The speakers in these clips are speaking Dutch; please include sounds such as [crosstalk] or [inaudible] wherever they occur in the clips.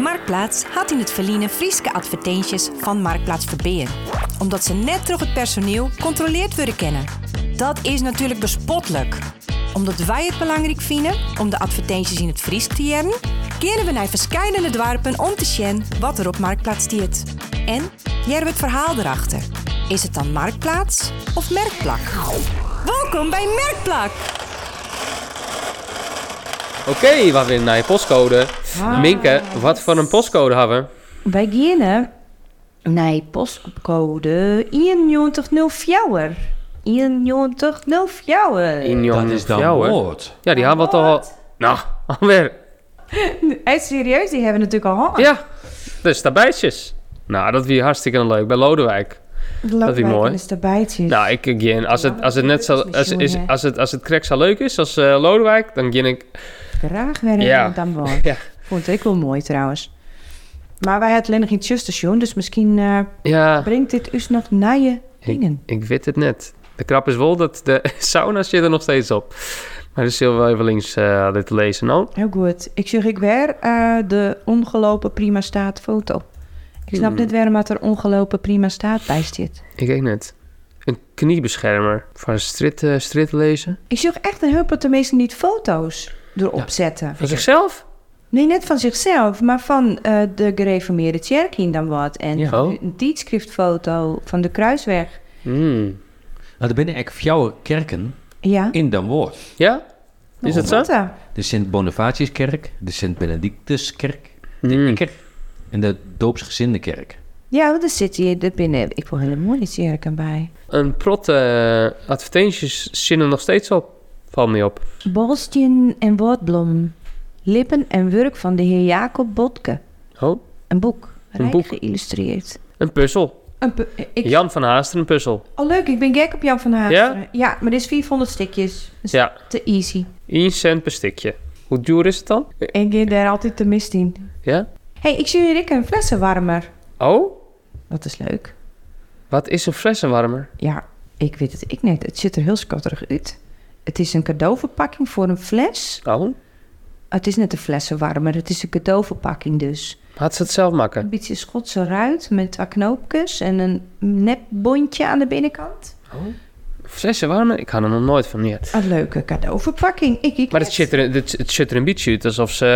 Marktplaats had in het verliezen Frieske advertenties van Marktplaats Verbeer. Omdat ze net terug het personeel controleerd willen kennen. Dat is natuurlijk bespottelijk. Omdat wij het belangrijk vinden om de advertenties in het Fries te jaren, keren we naar verschillende dorpen om te zien wat er op Marktplaats stiert. En jaren we het verhaal erachter. Is het dan Marktplaats of Merkplak? Welkom bij Merkplak! Oké, wat weer een nieuwe postcode. Minke, wat voor een postcode hebben we? Wij gaan naar postcode 9104. 9104. Injong Dat is dan jou, hè? woord. Ja, die hebben we toch al... Nou, alweer. Hey, serieus, die hebben natuurlijk al hangen. Ja, dus daarbijtjes. Nou, dat weer hartstikke leuk bij Lodewijk. dat is mooi. Is erbijtjes. Nou, ik ik geen. Als het, als het net zo... Als, is, als het, als het krek zo leuk is als eh, Lodewijk, dan ging ik... Graag weer Ja. ja. dan woon. Ja. Vond ik wel mooi trouwens. Maar wij hadden alleen nog geen tjustensjoen, dus misschien eh, Ja, brengt dit us nog nieuwe dingen. ik weet het net. De krap is wel dat de [laughs] sauna zit er nog steeds op. Maar dus zullen we wel even links eh, dit lezen, nou. Heel goed. Ik zeg ik weer eh, de ongelopen prima staat foto. Ik snap Hmm. net waarom dat er ongelopen prima staat bij zit. Ik weet net. Een kniebeschermer. Van strit, eh, strit lezen. Ik zeg echt een hulp dat de meesten niet foto's erop Ja. zetten. Van zichzelf? Nee, net van zichzelf, maar van eh, de gereformeerde kerk in dan wat. En Ja. Oh. een tijdschriftfoto van de kruisweg. Mm. Nou, er binnen eigenlijk jouw kerken Ja. in dan woord. Ja? Is het zo? Wat dan? De Sint-Bonifatiuskerk, de Sint-Benedictuskerk Mm. en de Doopsgezindenkerk. Ja, want er zit hier dit binnen. Ik wil helemaal niet cirken bij. Een prot eh, advertenties zinnen nog steeds op. Valt me op. Bolstjen en woordbloem. Lippen en werk van de heer Jacob Botke. Oh, Een boek. Rijk boek. geïllustreerd. een puzzel. Een pu- ik, Jan van Haasteren, een puzzel. Oh, leuk. Ik ben gek op Jan van Haasteren. Ja? maar dit is 400 stukjes. Dat is Ja, te easy. 1 cent per stukje. Hoe duur is het dan? Ik ga daar altijd te mist in. Ja? Hé, hey, ik zie hier ik een flessenwarmer. Oh, Dat is leuk. wat is een flessenwarmer? Ja, ik weet het. Ik net. Het ziet er heel schattig uit. Het is een cadeauverpakking voor een fles. Oh, Het is net een flessenwarmer. Het is een cadeauverpakking dus. had ze het zelf Een maken? beetje Schotse ruit met twee knoopjes en een nepbondje aan de binnenkant. Flessenwarmer? Ik had er nog nooit van neer. Een leuke cadeauverpakking. Ik, ik Maar het zit, er, het, het zit er een beetje uit alsof ze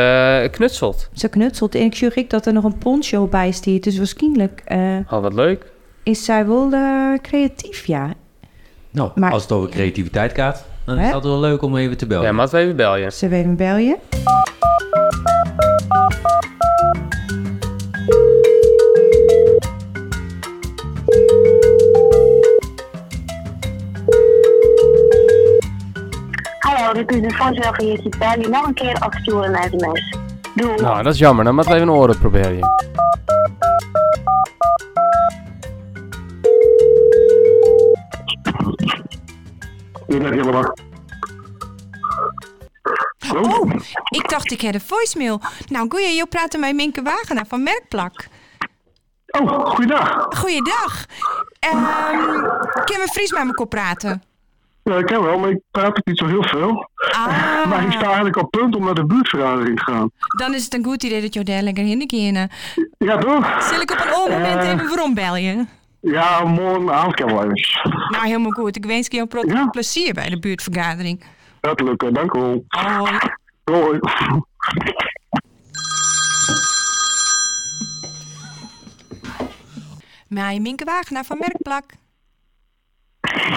eh, knutselt. Ze knutselt en ik zie ik dat er nog een poncho bij staat. Dus waarschijnlijk eh, Oh, wat leuk. is zij wel eh, creatief, ja. Nou, Maar- als het over creativiteit gaat, dan is Hè? het altijd wel leuk om even te bellen. Ja, maar we even België. Ze weet me België. Hallo, dit is de vanzelfgeheerde Pijl. Die nog een keer afsturen een sms. Doei. Nou, dat is jammer. Dan moeten we even een oren proberen. Je bent helemaal. Hallo? Oh, ik dacht ik had een voicemail. Nou, goeie, je praten met Minke Wagenaar van Merkplak. Oh, goeiedag. Goeiedag. Ehm kunnen we Fries met elkaar praten? Ja, ik ken wel, maar ik praat ook niet zo heel veel. Maar ik sta Ah, eigenlijk op punt om naar de buurtvergadering te gaan. dan is het een goed idee dat je daar lekker heen kan. Ja, toch? Zal ik op een oom moment even waarom bellen? Ja, morgenavond kan wel eens. Nou, helemaal goed. Ik wens je heel pro- Ja. plezier bij de buurtvergadering. Dat lukt, eh, dank u wel. Hoi. Hoi. Mij Minke Wagenaar van Merkplak.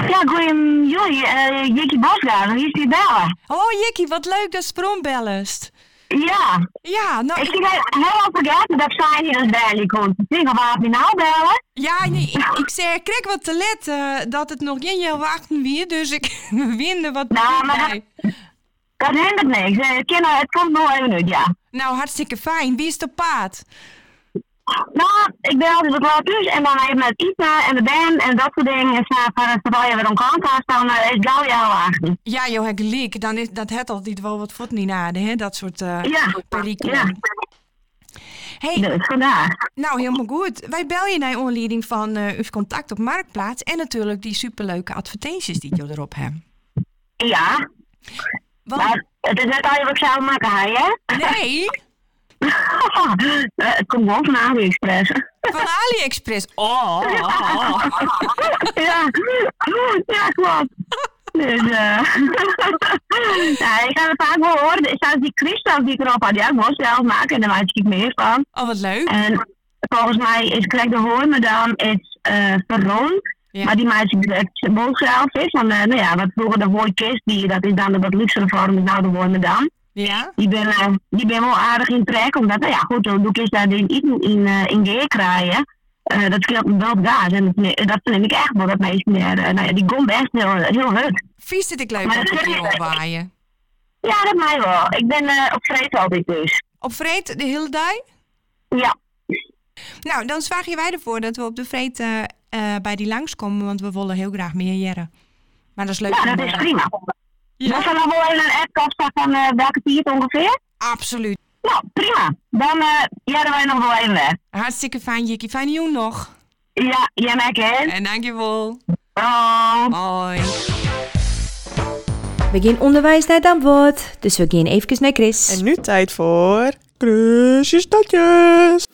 Ja, goeiem, jullie, eh Jikkie Bosgaard, hier is die bellen. Oh, Jikkie, wat leuk dat Sprom bellest. Ja, Ja, nou, ik ik, zie dat helemaal vergeten dat zij hier eens bij komt. Ik denk, waar heb je nou bellen? ja, nee, ik, ik zei, ik kreeg wat te let eh, dat het nog geen jaar wachten weer, dus ik [laughs] winde wat Nou, maar dat- bij. Dat hindert niks. Eh, kinderen, het komt nog even uit, ja. Nou, hartstikke fijn. Wie is de paard? Nou, ik ben altijd wat laat thuis en dan even met Ita en de band en dat soort dingen. En snap van, terwijl je weer om kant gaat, dan eh, is gauw jou achter. Ja, joh, ik leek. Dan is dat het altijd wel wat voet niet aan, hè? Dat soort eh Ja, perikelen. ja. Hey, Dus vandaag. nou helemaal goed. Wij bel je naar onleiding van eh uw contact op Marktplaats en natuurlijk die superleuke advertenties die je erop hebt. Ja, Want, Nou. maar het is net al je wat zou maken, hè? nee, Eh, het komt wel van AliExpress. Van [laughs] AliExpress. Oh, oh, oh. ja. ja, klopt. Dus, eh ja, ik heb het vaak wel horen. Zelfs die kristal die ik erop had, ja, ik moest zelf maken en daar maak ik meer van. Oh, wat leuk. En volgens mij is Craig de Hoorn, maar dan is eh Verroon. Ja. Maar die maakt het boog zelf is. Want eh, nou ja, wat vroeger de wooikist, die, dat is dan de wat luxere vorm, is nou de Woormedam. Ja? Die ben, eh, die ben wel aardig in trek, omdat, nou ja, goed, dan doe ik eens daar in, in, in, eh, in geer kraaien. Eh, dat scheelt me wel gaas. En dat, ne- dat neem ik echt wel, dat meest meer. eh, nou ja, die komt echt heel, heel hard. Vies zit ik leuk op een keer opwaaien. Ja, dat mij wel. Ik ben eh, op vrees altijd dus. Op vreet de hele dag? Ja. Nou, dan zwagen wij ervoor dat we op de vreet eh, eh, bij die langskomen, want we willen heel graag meer jaren. Maar dat is leuk. ja, voor dat is morgen. prima. Moet er dan wel even een app afstaan van eh, welke tier het ongeveer? Absoluut. Nou, prima. Dan eh jaren wij nog wel even weg. Hartstikke fijn, Jikkie. Fijne jong nog. Ja, jij maakt het. En dankjewel. Oh. Hoi. We gaan onderwijs naar Damwoord, dus we gaan even naar Chris. En nu tijd voor Chrisjes Datjes.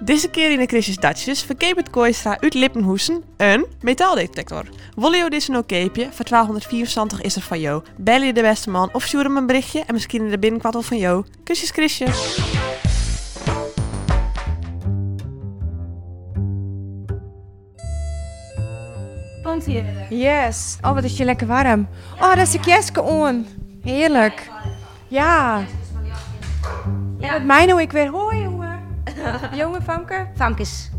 Deze keer in de Chrisjes Datjes verkeepert Kooistra uit Lippenhoesen een metaaldetector. Wil je dit nou keepje? Voor 1274 is er van jou. Bel je de beste man of stuur hem een berichtje en misschien in de binnenkort wel van jou. Kusjes Chrisje. Komt hier. Yes. Oh, wat is je lekker warm. Oh, dat is een Jeske on. Heerlijk. Ja. En met mij nou ik weer. Hoi, jongen. [laughs] Jongen, Famke. Famkes.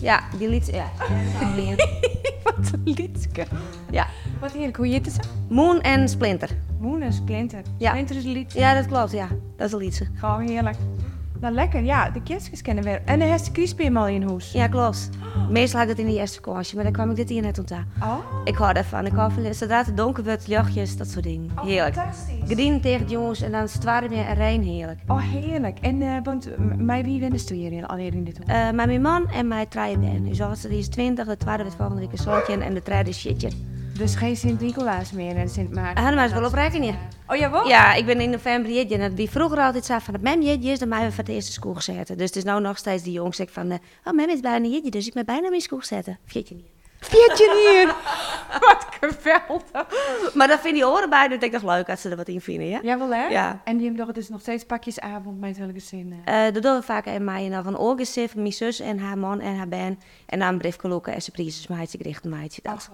Ja, die liet. Ja. [laughs] Wat een liedje. Ja. Wat heerlijk. Hoe heet het zo? Moon en Splinter. Moen en Splinter. Ja. Splinter is een lied. Ja, dat klopt, ja. Dat is een liedje. Gewoon heerlijk. Nou, lekker. Ja, de Jeskes kennen weer. En de Hester Kriesbeer al in huis. Ja, klopt. Meestal had ik dat in die eerste kastje, maar dan kwam ik dit hier net ontdaan. Oh, Ik hou daarvan. Ik hou van zodra het donker wordt, luchtjes, dat soort dingen. oh, Heerlijk. fantastisch. Gediend tegen de jongens en dan zwaar meer en rein heerlijk. Oh, heerlijk. En eh want eh, mij wie wendest je hier in, alleen in dit hoor? Eh, maar mijn man en mijn drie ben. Dus als die is 20, de tweede wordt volgende week een zoontje en de derde is shitje. Dus geen Sint-Nicolaas meer en Sint-Maarten. Hanema is wel op rekening. Oh, jawel? Ja, ik ben in november jeetje. En dat die vroeger altijd zei van, mijn jeetje is dan mij weer van de eerste school gezet. Dus het is nou nog steeds die jongens zeg van, eh, oh, mijn is bijna jeetje, dus ik ben bijna mijn school gezet. Jeetje niet. Pietje hier! [laughs] wat geweldig. Maar dat vinden die oren bij, dat denk ik nog leuk als ze er wat in vinden, ja? Jawel, hè? Ja. En die hebben toch dus nog steeds pakjesavond met hele gezin. eh. Eh, dat doen we vaak in mei. En dan van Olga's zin, van mijn zus en haar man en haar ben. En dan een brief koeken en surprises, meidje, gerichten, meidje. Dat.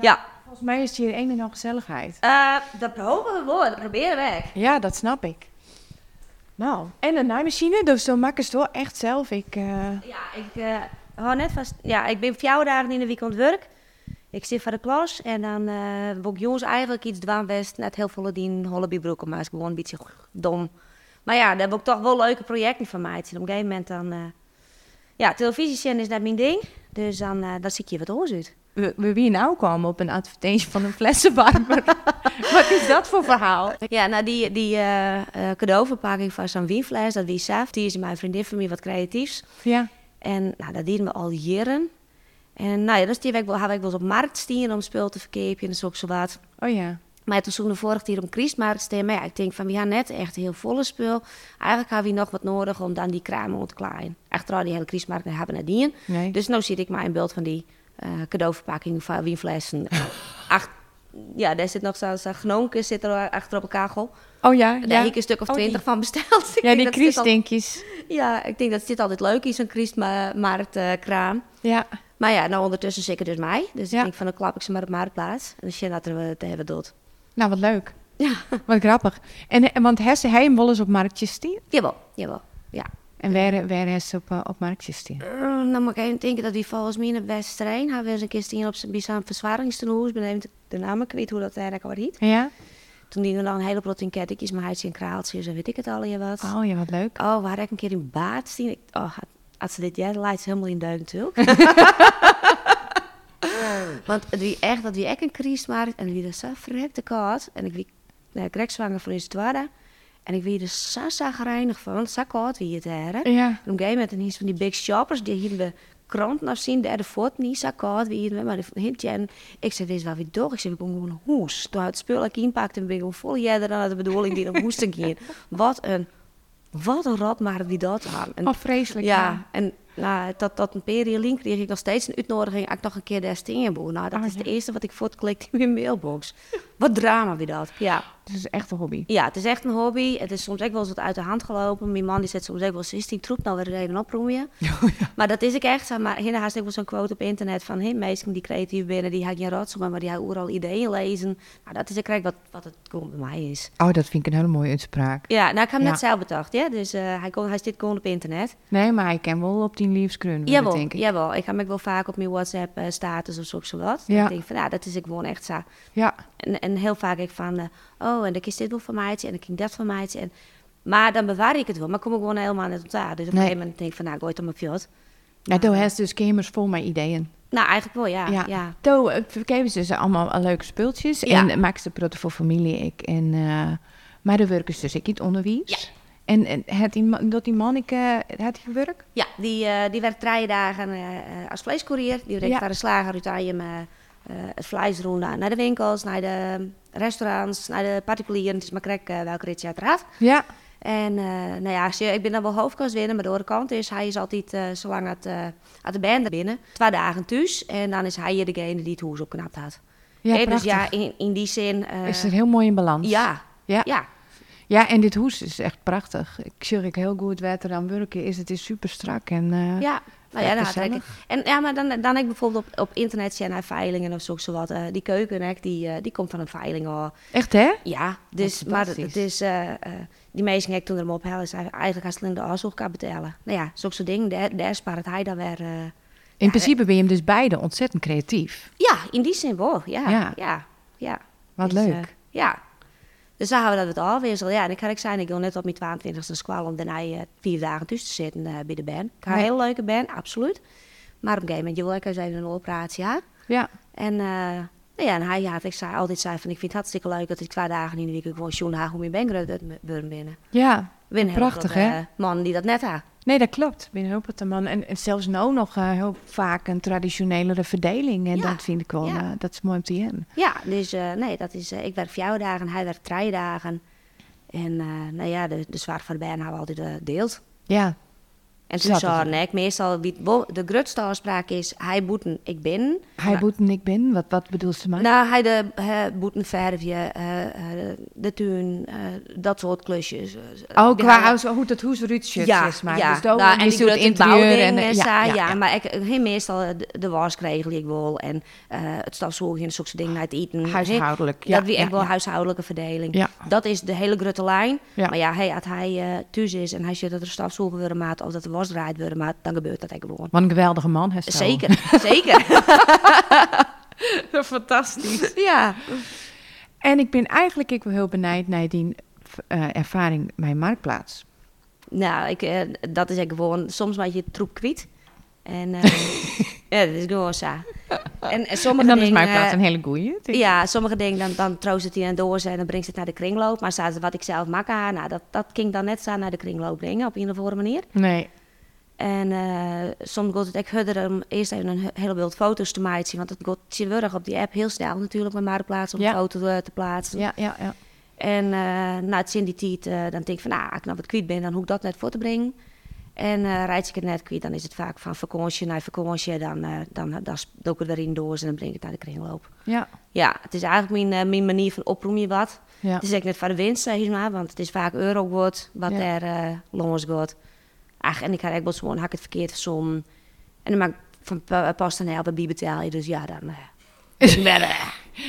Ja, Volgens mij is het hier een en al gezelligheid. Eh, dat hopen we wel, dat proberen we. Ja, dat snap ik. Nou, en een naaimachine, dus zo makkelijk is het wel echt zelf. Ik, eh, Ja, ik eh, hou net vast. Ja, ik ben vier dagen in de week aan het werk. Ik zit voor de klas en dan eh wil ik jongens eigenlijk iets dwaan best. Net heel veel die hollebybroeken, maar is gewoon een beetje dom. Maar ja, daar heb ik toch wel leuke projecten van mij. Op een gegeven moment dan... eh, ja, televisie zien is net mijn ding. Dus dan, eh, dan zie ik je wat oors uit. we, we wie nou kwamen op een advertentie van een flessenbarber. [laughs] Wat is dat voor verhaal? Ja, nou die, die eh, eh, cadeauverpakking van zo'n wienfles, dat wie zelf. Die is mijn vriendin van mij wat creatiefs. Ja. En nou, dat deden we al jaren. En nou ja, dat is die week wel, heb ik wel eens op markt staan om spul te verkopen en zo ook zo wat. Oh ja. Maar toen zoeken we vorig jaar om Christmarkt staan. Maar ja, ik denk van, we hebben net echt heel volle spul. Eigenlijk hebben we nog wat nodig om dan die kramen ont te klaaien. Achteraf die hele Christmarkt naar hebben nadien. Nee. Dus nu zit ik maar in beeld van die eh, cadeauverpakking van [laughs] wienflessen. Ach, ja, daar zit nog zo'n zo gnonke zit er achter op een kachel. Oh ja. ja. Daar heb ik een stuk of Oh, die. twintig van besteld. [laughs] Ik Ja, denk dat die zit al- Christdinkjes. Ja, ik denk dat dit altijd leuk is, een Christmarkt eh, kraam. Ja. Maar ja, nou ondertussen zeker dus mij. Dus Ja. ik denk van, dan klap ik ze maar op Marktplaats. En dan zien dat er we te hebben dood. Nou, wat leuk. Ja, Wat grappig. En, en want Hesse, hij hem wel eens op marktjes stien? [laughs] jawel, jawel. Ja. En waar, waar Hesse op, eh, op marktjes stien? Eh, dan moet ik even denken dat die volgens mij in de West-Rijn... hebben we eens een keer stien op zijn bizarre verzwaringstenhoes. Ik ben even de namen kwijt hoe dat eigenlijk wat heet. Ja? Toen dienen we dan een hele plot in kettingjes, maar hij en kraaltjes en weet ik het al je wat. Oh ja, wat leuk. Oh, waar ik een keer in baard zien. Ik- Oh, had- had ze dit jaar leidt ze helemaal in duim natuurlijk. Want het wie echt, dat wie echt een crisis maakt en wie er zo verrekte koud. En ik wie nou, ik kreeg zwanger van is tweede. En ik wie er zo zagrijnig van, want zo koud wie het her. hè. En Ja. op een gegeven moment is van die big shoppers die hier de kranten afzien, de voort niet zo koud wie het maar de hintje. En ik zei, dit is wel weer door. Ik zei, ik kom gewoon een hoes. Toen had het spul ik inpakte, ben ik gewoon vol jeder dan had de bedoeling die een hoes te gaan. Wat een wat een rot maar die dat aan. En, Oh, vreselijk. ja, en nou, dat, dat een periode link kreeg ik nog steeds een uitnodiging. als Ik nog een keer daar steen boer. Nou, dat Ah, is ja. de eerste wat ik voortklikt in mijn mailbox. Wat drama wie dat. Ja. Het is echt een hobby. ja, het is echt een hobby. Het is soms ook wel eens wat uit de hand gelopen. Mijn man die zet soms ook wel eens is die troep nou weer reden [laughs] oproeien. Oh, Maar dat is ik echt. zeg Maar hierna haast ik wel zo'n quote op internet van... Hey, meisjes die creatief binnen, die had geen rotzooi, maar die had overal ideeën lezen. Nou, dat is ik wat, wat het gewoon bij mij is. Oh, dat vind ik een hele mooie uitspraak. Ja, nou, ik heb hem Ja. net zelf bedacht, ja. Dus eh, hij, kon, hij zit gewoon op internet. Nee, maar ik ken wel op die liefskruin, Jawel, denk ik. jawel. Ik ga me ook wel vaak op mijn WhatsApp-status of zo, zo wat. Ja. Ik denk van, ja, dat is ik gewoon echt zo. Ja. En, en heel vaak ik van, eh, oh, en dan kies dit wel voor mij en dan kies dat voor mij. En, maar dan bewaar ik het wel, maar kom ik gewoon helemaal net op daar. Dus op Nee. een gegeven moment denk ik van, nou, gooi het om mijn fjord. Nou, toen heeft dus kamers vol met ideeën. Nou, eigenlijk wel, Ah. ja. ja. Toen eh, vergeven ze ze allemaal eh, leuke spultjes. Ja. En maken ze producten voor familie. Ik. En, eh, maar de werk is dus ik in het onderwijs. En, en had die, ma- dat die manneke, had hij werk? Ja, die, eh, die werkt drie dagen eh, eh, als vleescourier. Die werkt Ja. naar de slager uit Arnhem, eh, eh, het vlees rond naar naar de winkels, naar de eh, restaurants, naar de particulieren. Het is maar krek eh, welke ritje uiteraard. Ja. En eh, nou ja, als je- ik ben dan wel hoofdkast winnen, maar de andere kant is, hij is altijd, eh, zolang het, eh aan de band binnen, twee dagen thuis. En dan is hij degene die het hoes opknapt had. Ja, Hè, dus prachtig. ja, in, in die zin... eh, is er heel mooi in balans. ja, Ja. ja. ja, en dit hoes is echt prachtig. Ik zie ik heel goed wat er aan werken is. Het is super strak. En, eh, ja. Nou ja, Ja, daar had ik. En ja, maar dan, dan heb ik bijvoorbeeld op, op internet zie je naar veilingen of zo, zo wat. eh, die keuken, hè, die, eh, die komt van een veiling al. Echt hè? Ja, dus, Wat maar het- fantastisch. het is, eh, eh, die meisje die ik toen er hem ophelde, zei eigenlijk als alleen de afzoek kan betalen. Nou ja, zulke soort dingen, daar, daar spaart hij dan weer... eh, In principe ben je hem dus beide ontzettend creatief. Ja, in die zin wel. Ja, Ja. ja, ja. Wat Dus, eh, leuk. ja. Dus dan houden we dat het afwisselen. Ja, en ik kan ik zijn, ik wil net op mijn 22e squal om daarna eh, vier dagen tussen te zitten eh, bij de band. Ik heb een Nee. hele leuke band, absoluut. Maar op een gegeven moment, je wil lekker zijn in een operatie, ja. Ja. En, eh, nou ja, en hij had ik zei, altijd zei van, ik vind het hartstikke leuk dat ik twee dagen in de week gewoon Sjoen Haag om in Bengrudburn binnen. Ja. Win Prachtig, hè? eh, man die dat net had. Nee, dat klopt. Binnen hulp het een man. En, en zelfs nou nog eh, heel vaak een traditionelere verdeling. En Ja, dat vind ik wel, ja. eh, dat is mooi om te hebben. Ja, dus eh, nee, dat is, eh, ik werk dagen, hij werkt drie dagen. En eh, nou ja, de, de zwaar van de baan hebben we altijd eh, deelt. Ja, En Zat toen het zei er. nee, ik meestal, wie het wo- de grootste afspraak is, hij boeten, ik ben. hij boet en ik ben. Wat, wat bedoelt ze maar? Nou, hij de hè, boeten verfje, eh, eh, de tuin, eh, dat soort klusjes. Eh, oh, die qua hangen- als- hoe dat hoes rutsjes is. Maar. dus daar nou, en ik is het doe dat in interieur bouwdingen eh, en zo, ja, maar ik, heel meestal eh, de, de was kreeg ik wel en eh, het stofzogen en zulke dingen naar het eten. Huishoudelijk, Dat ja, wie echt ja, wel ja. huishoudelijke verdeling. Ja. Dat is de hele grote lijn. Ja. Maar ja, hey, als hij eh, thuis is en hij ziet dat er stofzogen worden maat of dat er was draait worden maat, dan gebeurt dat eigenlijk gewoon. Wat een geweldige man. Hè, zo. [laughs] Zeker, zeker. [laughs] Fantastisch. ja. En ik ben eigenlijk ik wel heel benijd naar die eh, ervaring bij Marktplaats. Nou, ik, eh, dat is echt gewoon soms maak je het troep kwiet. En [laughs] eh, ja, dat is gewoon zo. En, eh, En sommige dan is dingen, Marktplaats eh, een hele goeie. denk ik. Ja, sommige dingen dan, dan troost het hier en door zijn en dan brengt het naar de kringloop. Maar staat wat ik zelf maak, ah, nou, dat, dat ging dan net zo naar de kringloop brengen op een of andere manier. Nee. En eh, soms wordt het echt hudder om eerst even een he- hele beeld foto's te maken. Want het wordt zinwurig op die app heel snel natuurlijk met maar plaatsen om Ja. een foto eh, te plaatsen. Ja, ja, ja. En eh, na het zin die tijd, eh, dan denk ik van, nou, als ik nou wat kwijt ben, dan hoef ik dat net voor te brengen. En eh rijd ik het net kwijt, dan is het vaak van vakantie naar vakantie. Dan, eh dan, dan, doe ik het erin door en dan breng ik het naar de kringloop. Ja, Ja, het is eigenlijk mijn, eh, mijn manier van oproem je wat. Ja. [laughs] Het is eigenlijk net van de winst, zeg maar, want het is vaak euro wordt, wat Ja. er eh longens wordt. Ach, en ik had eigenlijk wel zo'n, hak het verkeerd verzonnen. En dan maak ik van pa- eh, pas dan helpen, wie betaal je, dus ja, dan... eh,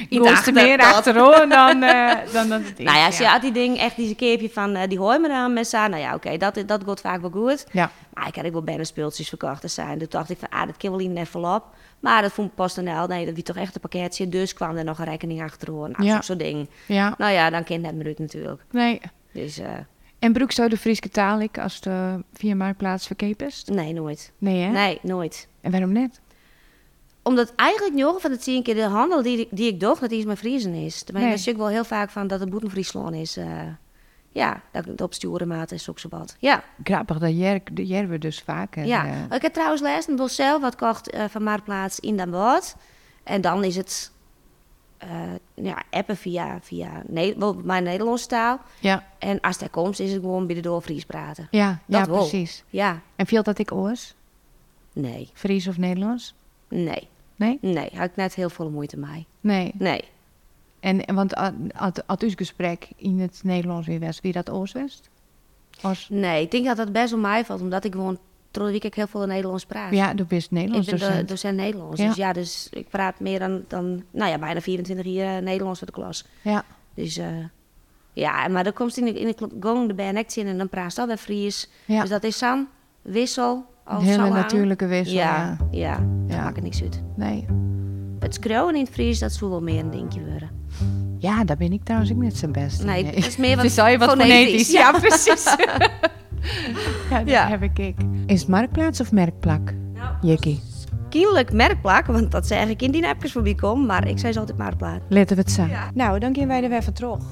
Ik er meer achterhoor dan, eh, [laughs] dan dat het is. nou ja, als je ja. had die ding echt eens een keertje van, eh, die hoor me dan met z'n, nou ja, oké, dat, dat gaat vaak wel goed. Ja. Maar ik had ook wel bijna speeltjes verkocht te zijn. Toen dacht ik van, ah, dat kan wel in net volop. Maar dat vond PostNL, nee, dat wie toch echt een pakketje, dus kwam er nog een rekening achterhoor. Nou, Ja. zo'n soort ding. Ja. Nou ja, dan kind het me uit natuurlijk. Nee. Dus eh, En broek zo de Friese taal ik als de via marktplaats verkeep is? nee, nooit. Nee, hè? Nee, nooit. En waarom net? Omdat eigenlijk nog van het zie ik in de handel die, die ik doe, dat iets met Friesen is. Maar Nee. nee. zie ik wel heel vaak van dat het boeten Friesland is. eh, ja, dat ik het op sturenmaat is ook zo wat. Ja, Grappig, dat jer, de jerwe dus vaker. ja. eh, Ik heb trouwens laatst een bosel wat kocht eh, van Marktplaats in Den Bosch. En dan is het eh, ja, appen via, via ne- wel mijn Nederlandse taal. Ja, En als daar komt, is het gewoon binnen door Fries praten. ja, ja Dat wel. precies. Ja, En viel dat ik oors? nee, Fries of Nederlands? nee, Nee? nee. Had ik net heel veel moeite mee. Nee. Nee, En, en want had uw gesprek in het Nederlands weer was, wie dat oors was? Oors? nee. Ik denk dat dat best om mij valt, omdat ik gewoon trots week ik heel veel Nederlands praat. Ja, dat is Ik Nederlands ben de- docent. docent Nederlands. Ja. Dus ja, dus ik praat meer dan, dan nou ja, bijna 24 jaar eh, Nederlands voor de klas. Ja. Dus eh, ja, maar dan komt ze in de, in de kl- gong, de bernek in en dan praat ze al bij Fries. Ja. Dus dat is Sam, wissel. Een als hele Sam aan. natuurlijke wissel, ja. Ja, ja, Ja. daar maakt het niks uit. Nee. Het schreeuwen in het Fries, dat zou wel meer een dingetje worden. Ja, daar ben ik trouwens ook net zo best in. Nee, dat is meer [laughs] Het wat is al je wat fonetisch. fonetisch. Ja, [laughs] precies. ja, dat Ja. Nou. heb ik ik. Is het marktplaats of merkplak? Jikkie. Kierlijk merkplak, want dat zeg ik in die appjes voorbij kom, maar ik zei ze altijd maar plaat. Letten we het samen. Nou, dan gaan wij er weer van terug.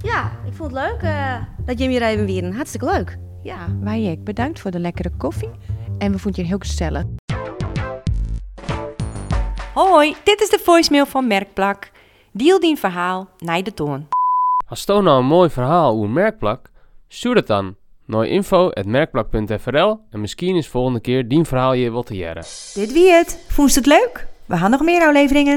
Ja, ik vond het leuk eh, dat jullie hier even weer. Hartstikke leuk. Ja. Wij ik bedankt voor de lekkere koffie. En we vonden je heel gezellig. Hoi, dit is de voicemail van Merkplak. Deel dien verhaal naar de toon. Als toon nou een mooi verhaal over merkplak, stuur het dan. Nooi info en misschien is volgende keer dien verhaal je wat te jaren. Dit wie het. Vond je het leuk? We gaan nog meer afleveringen.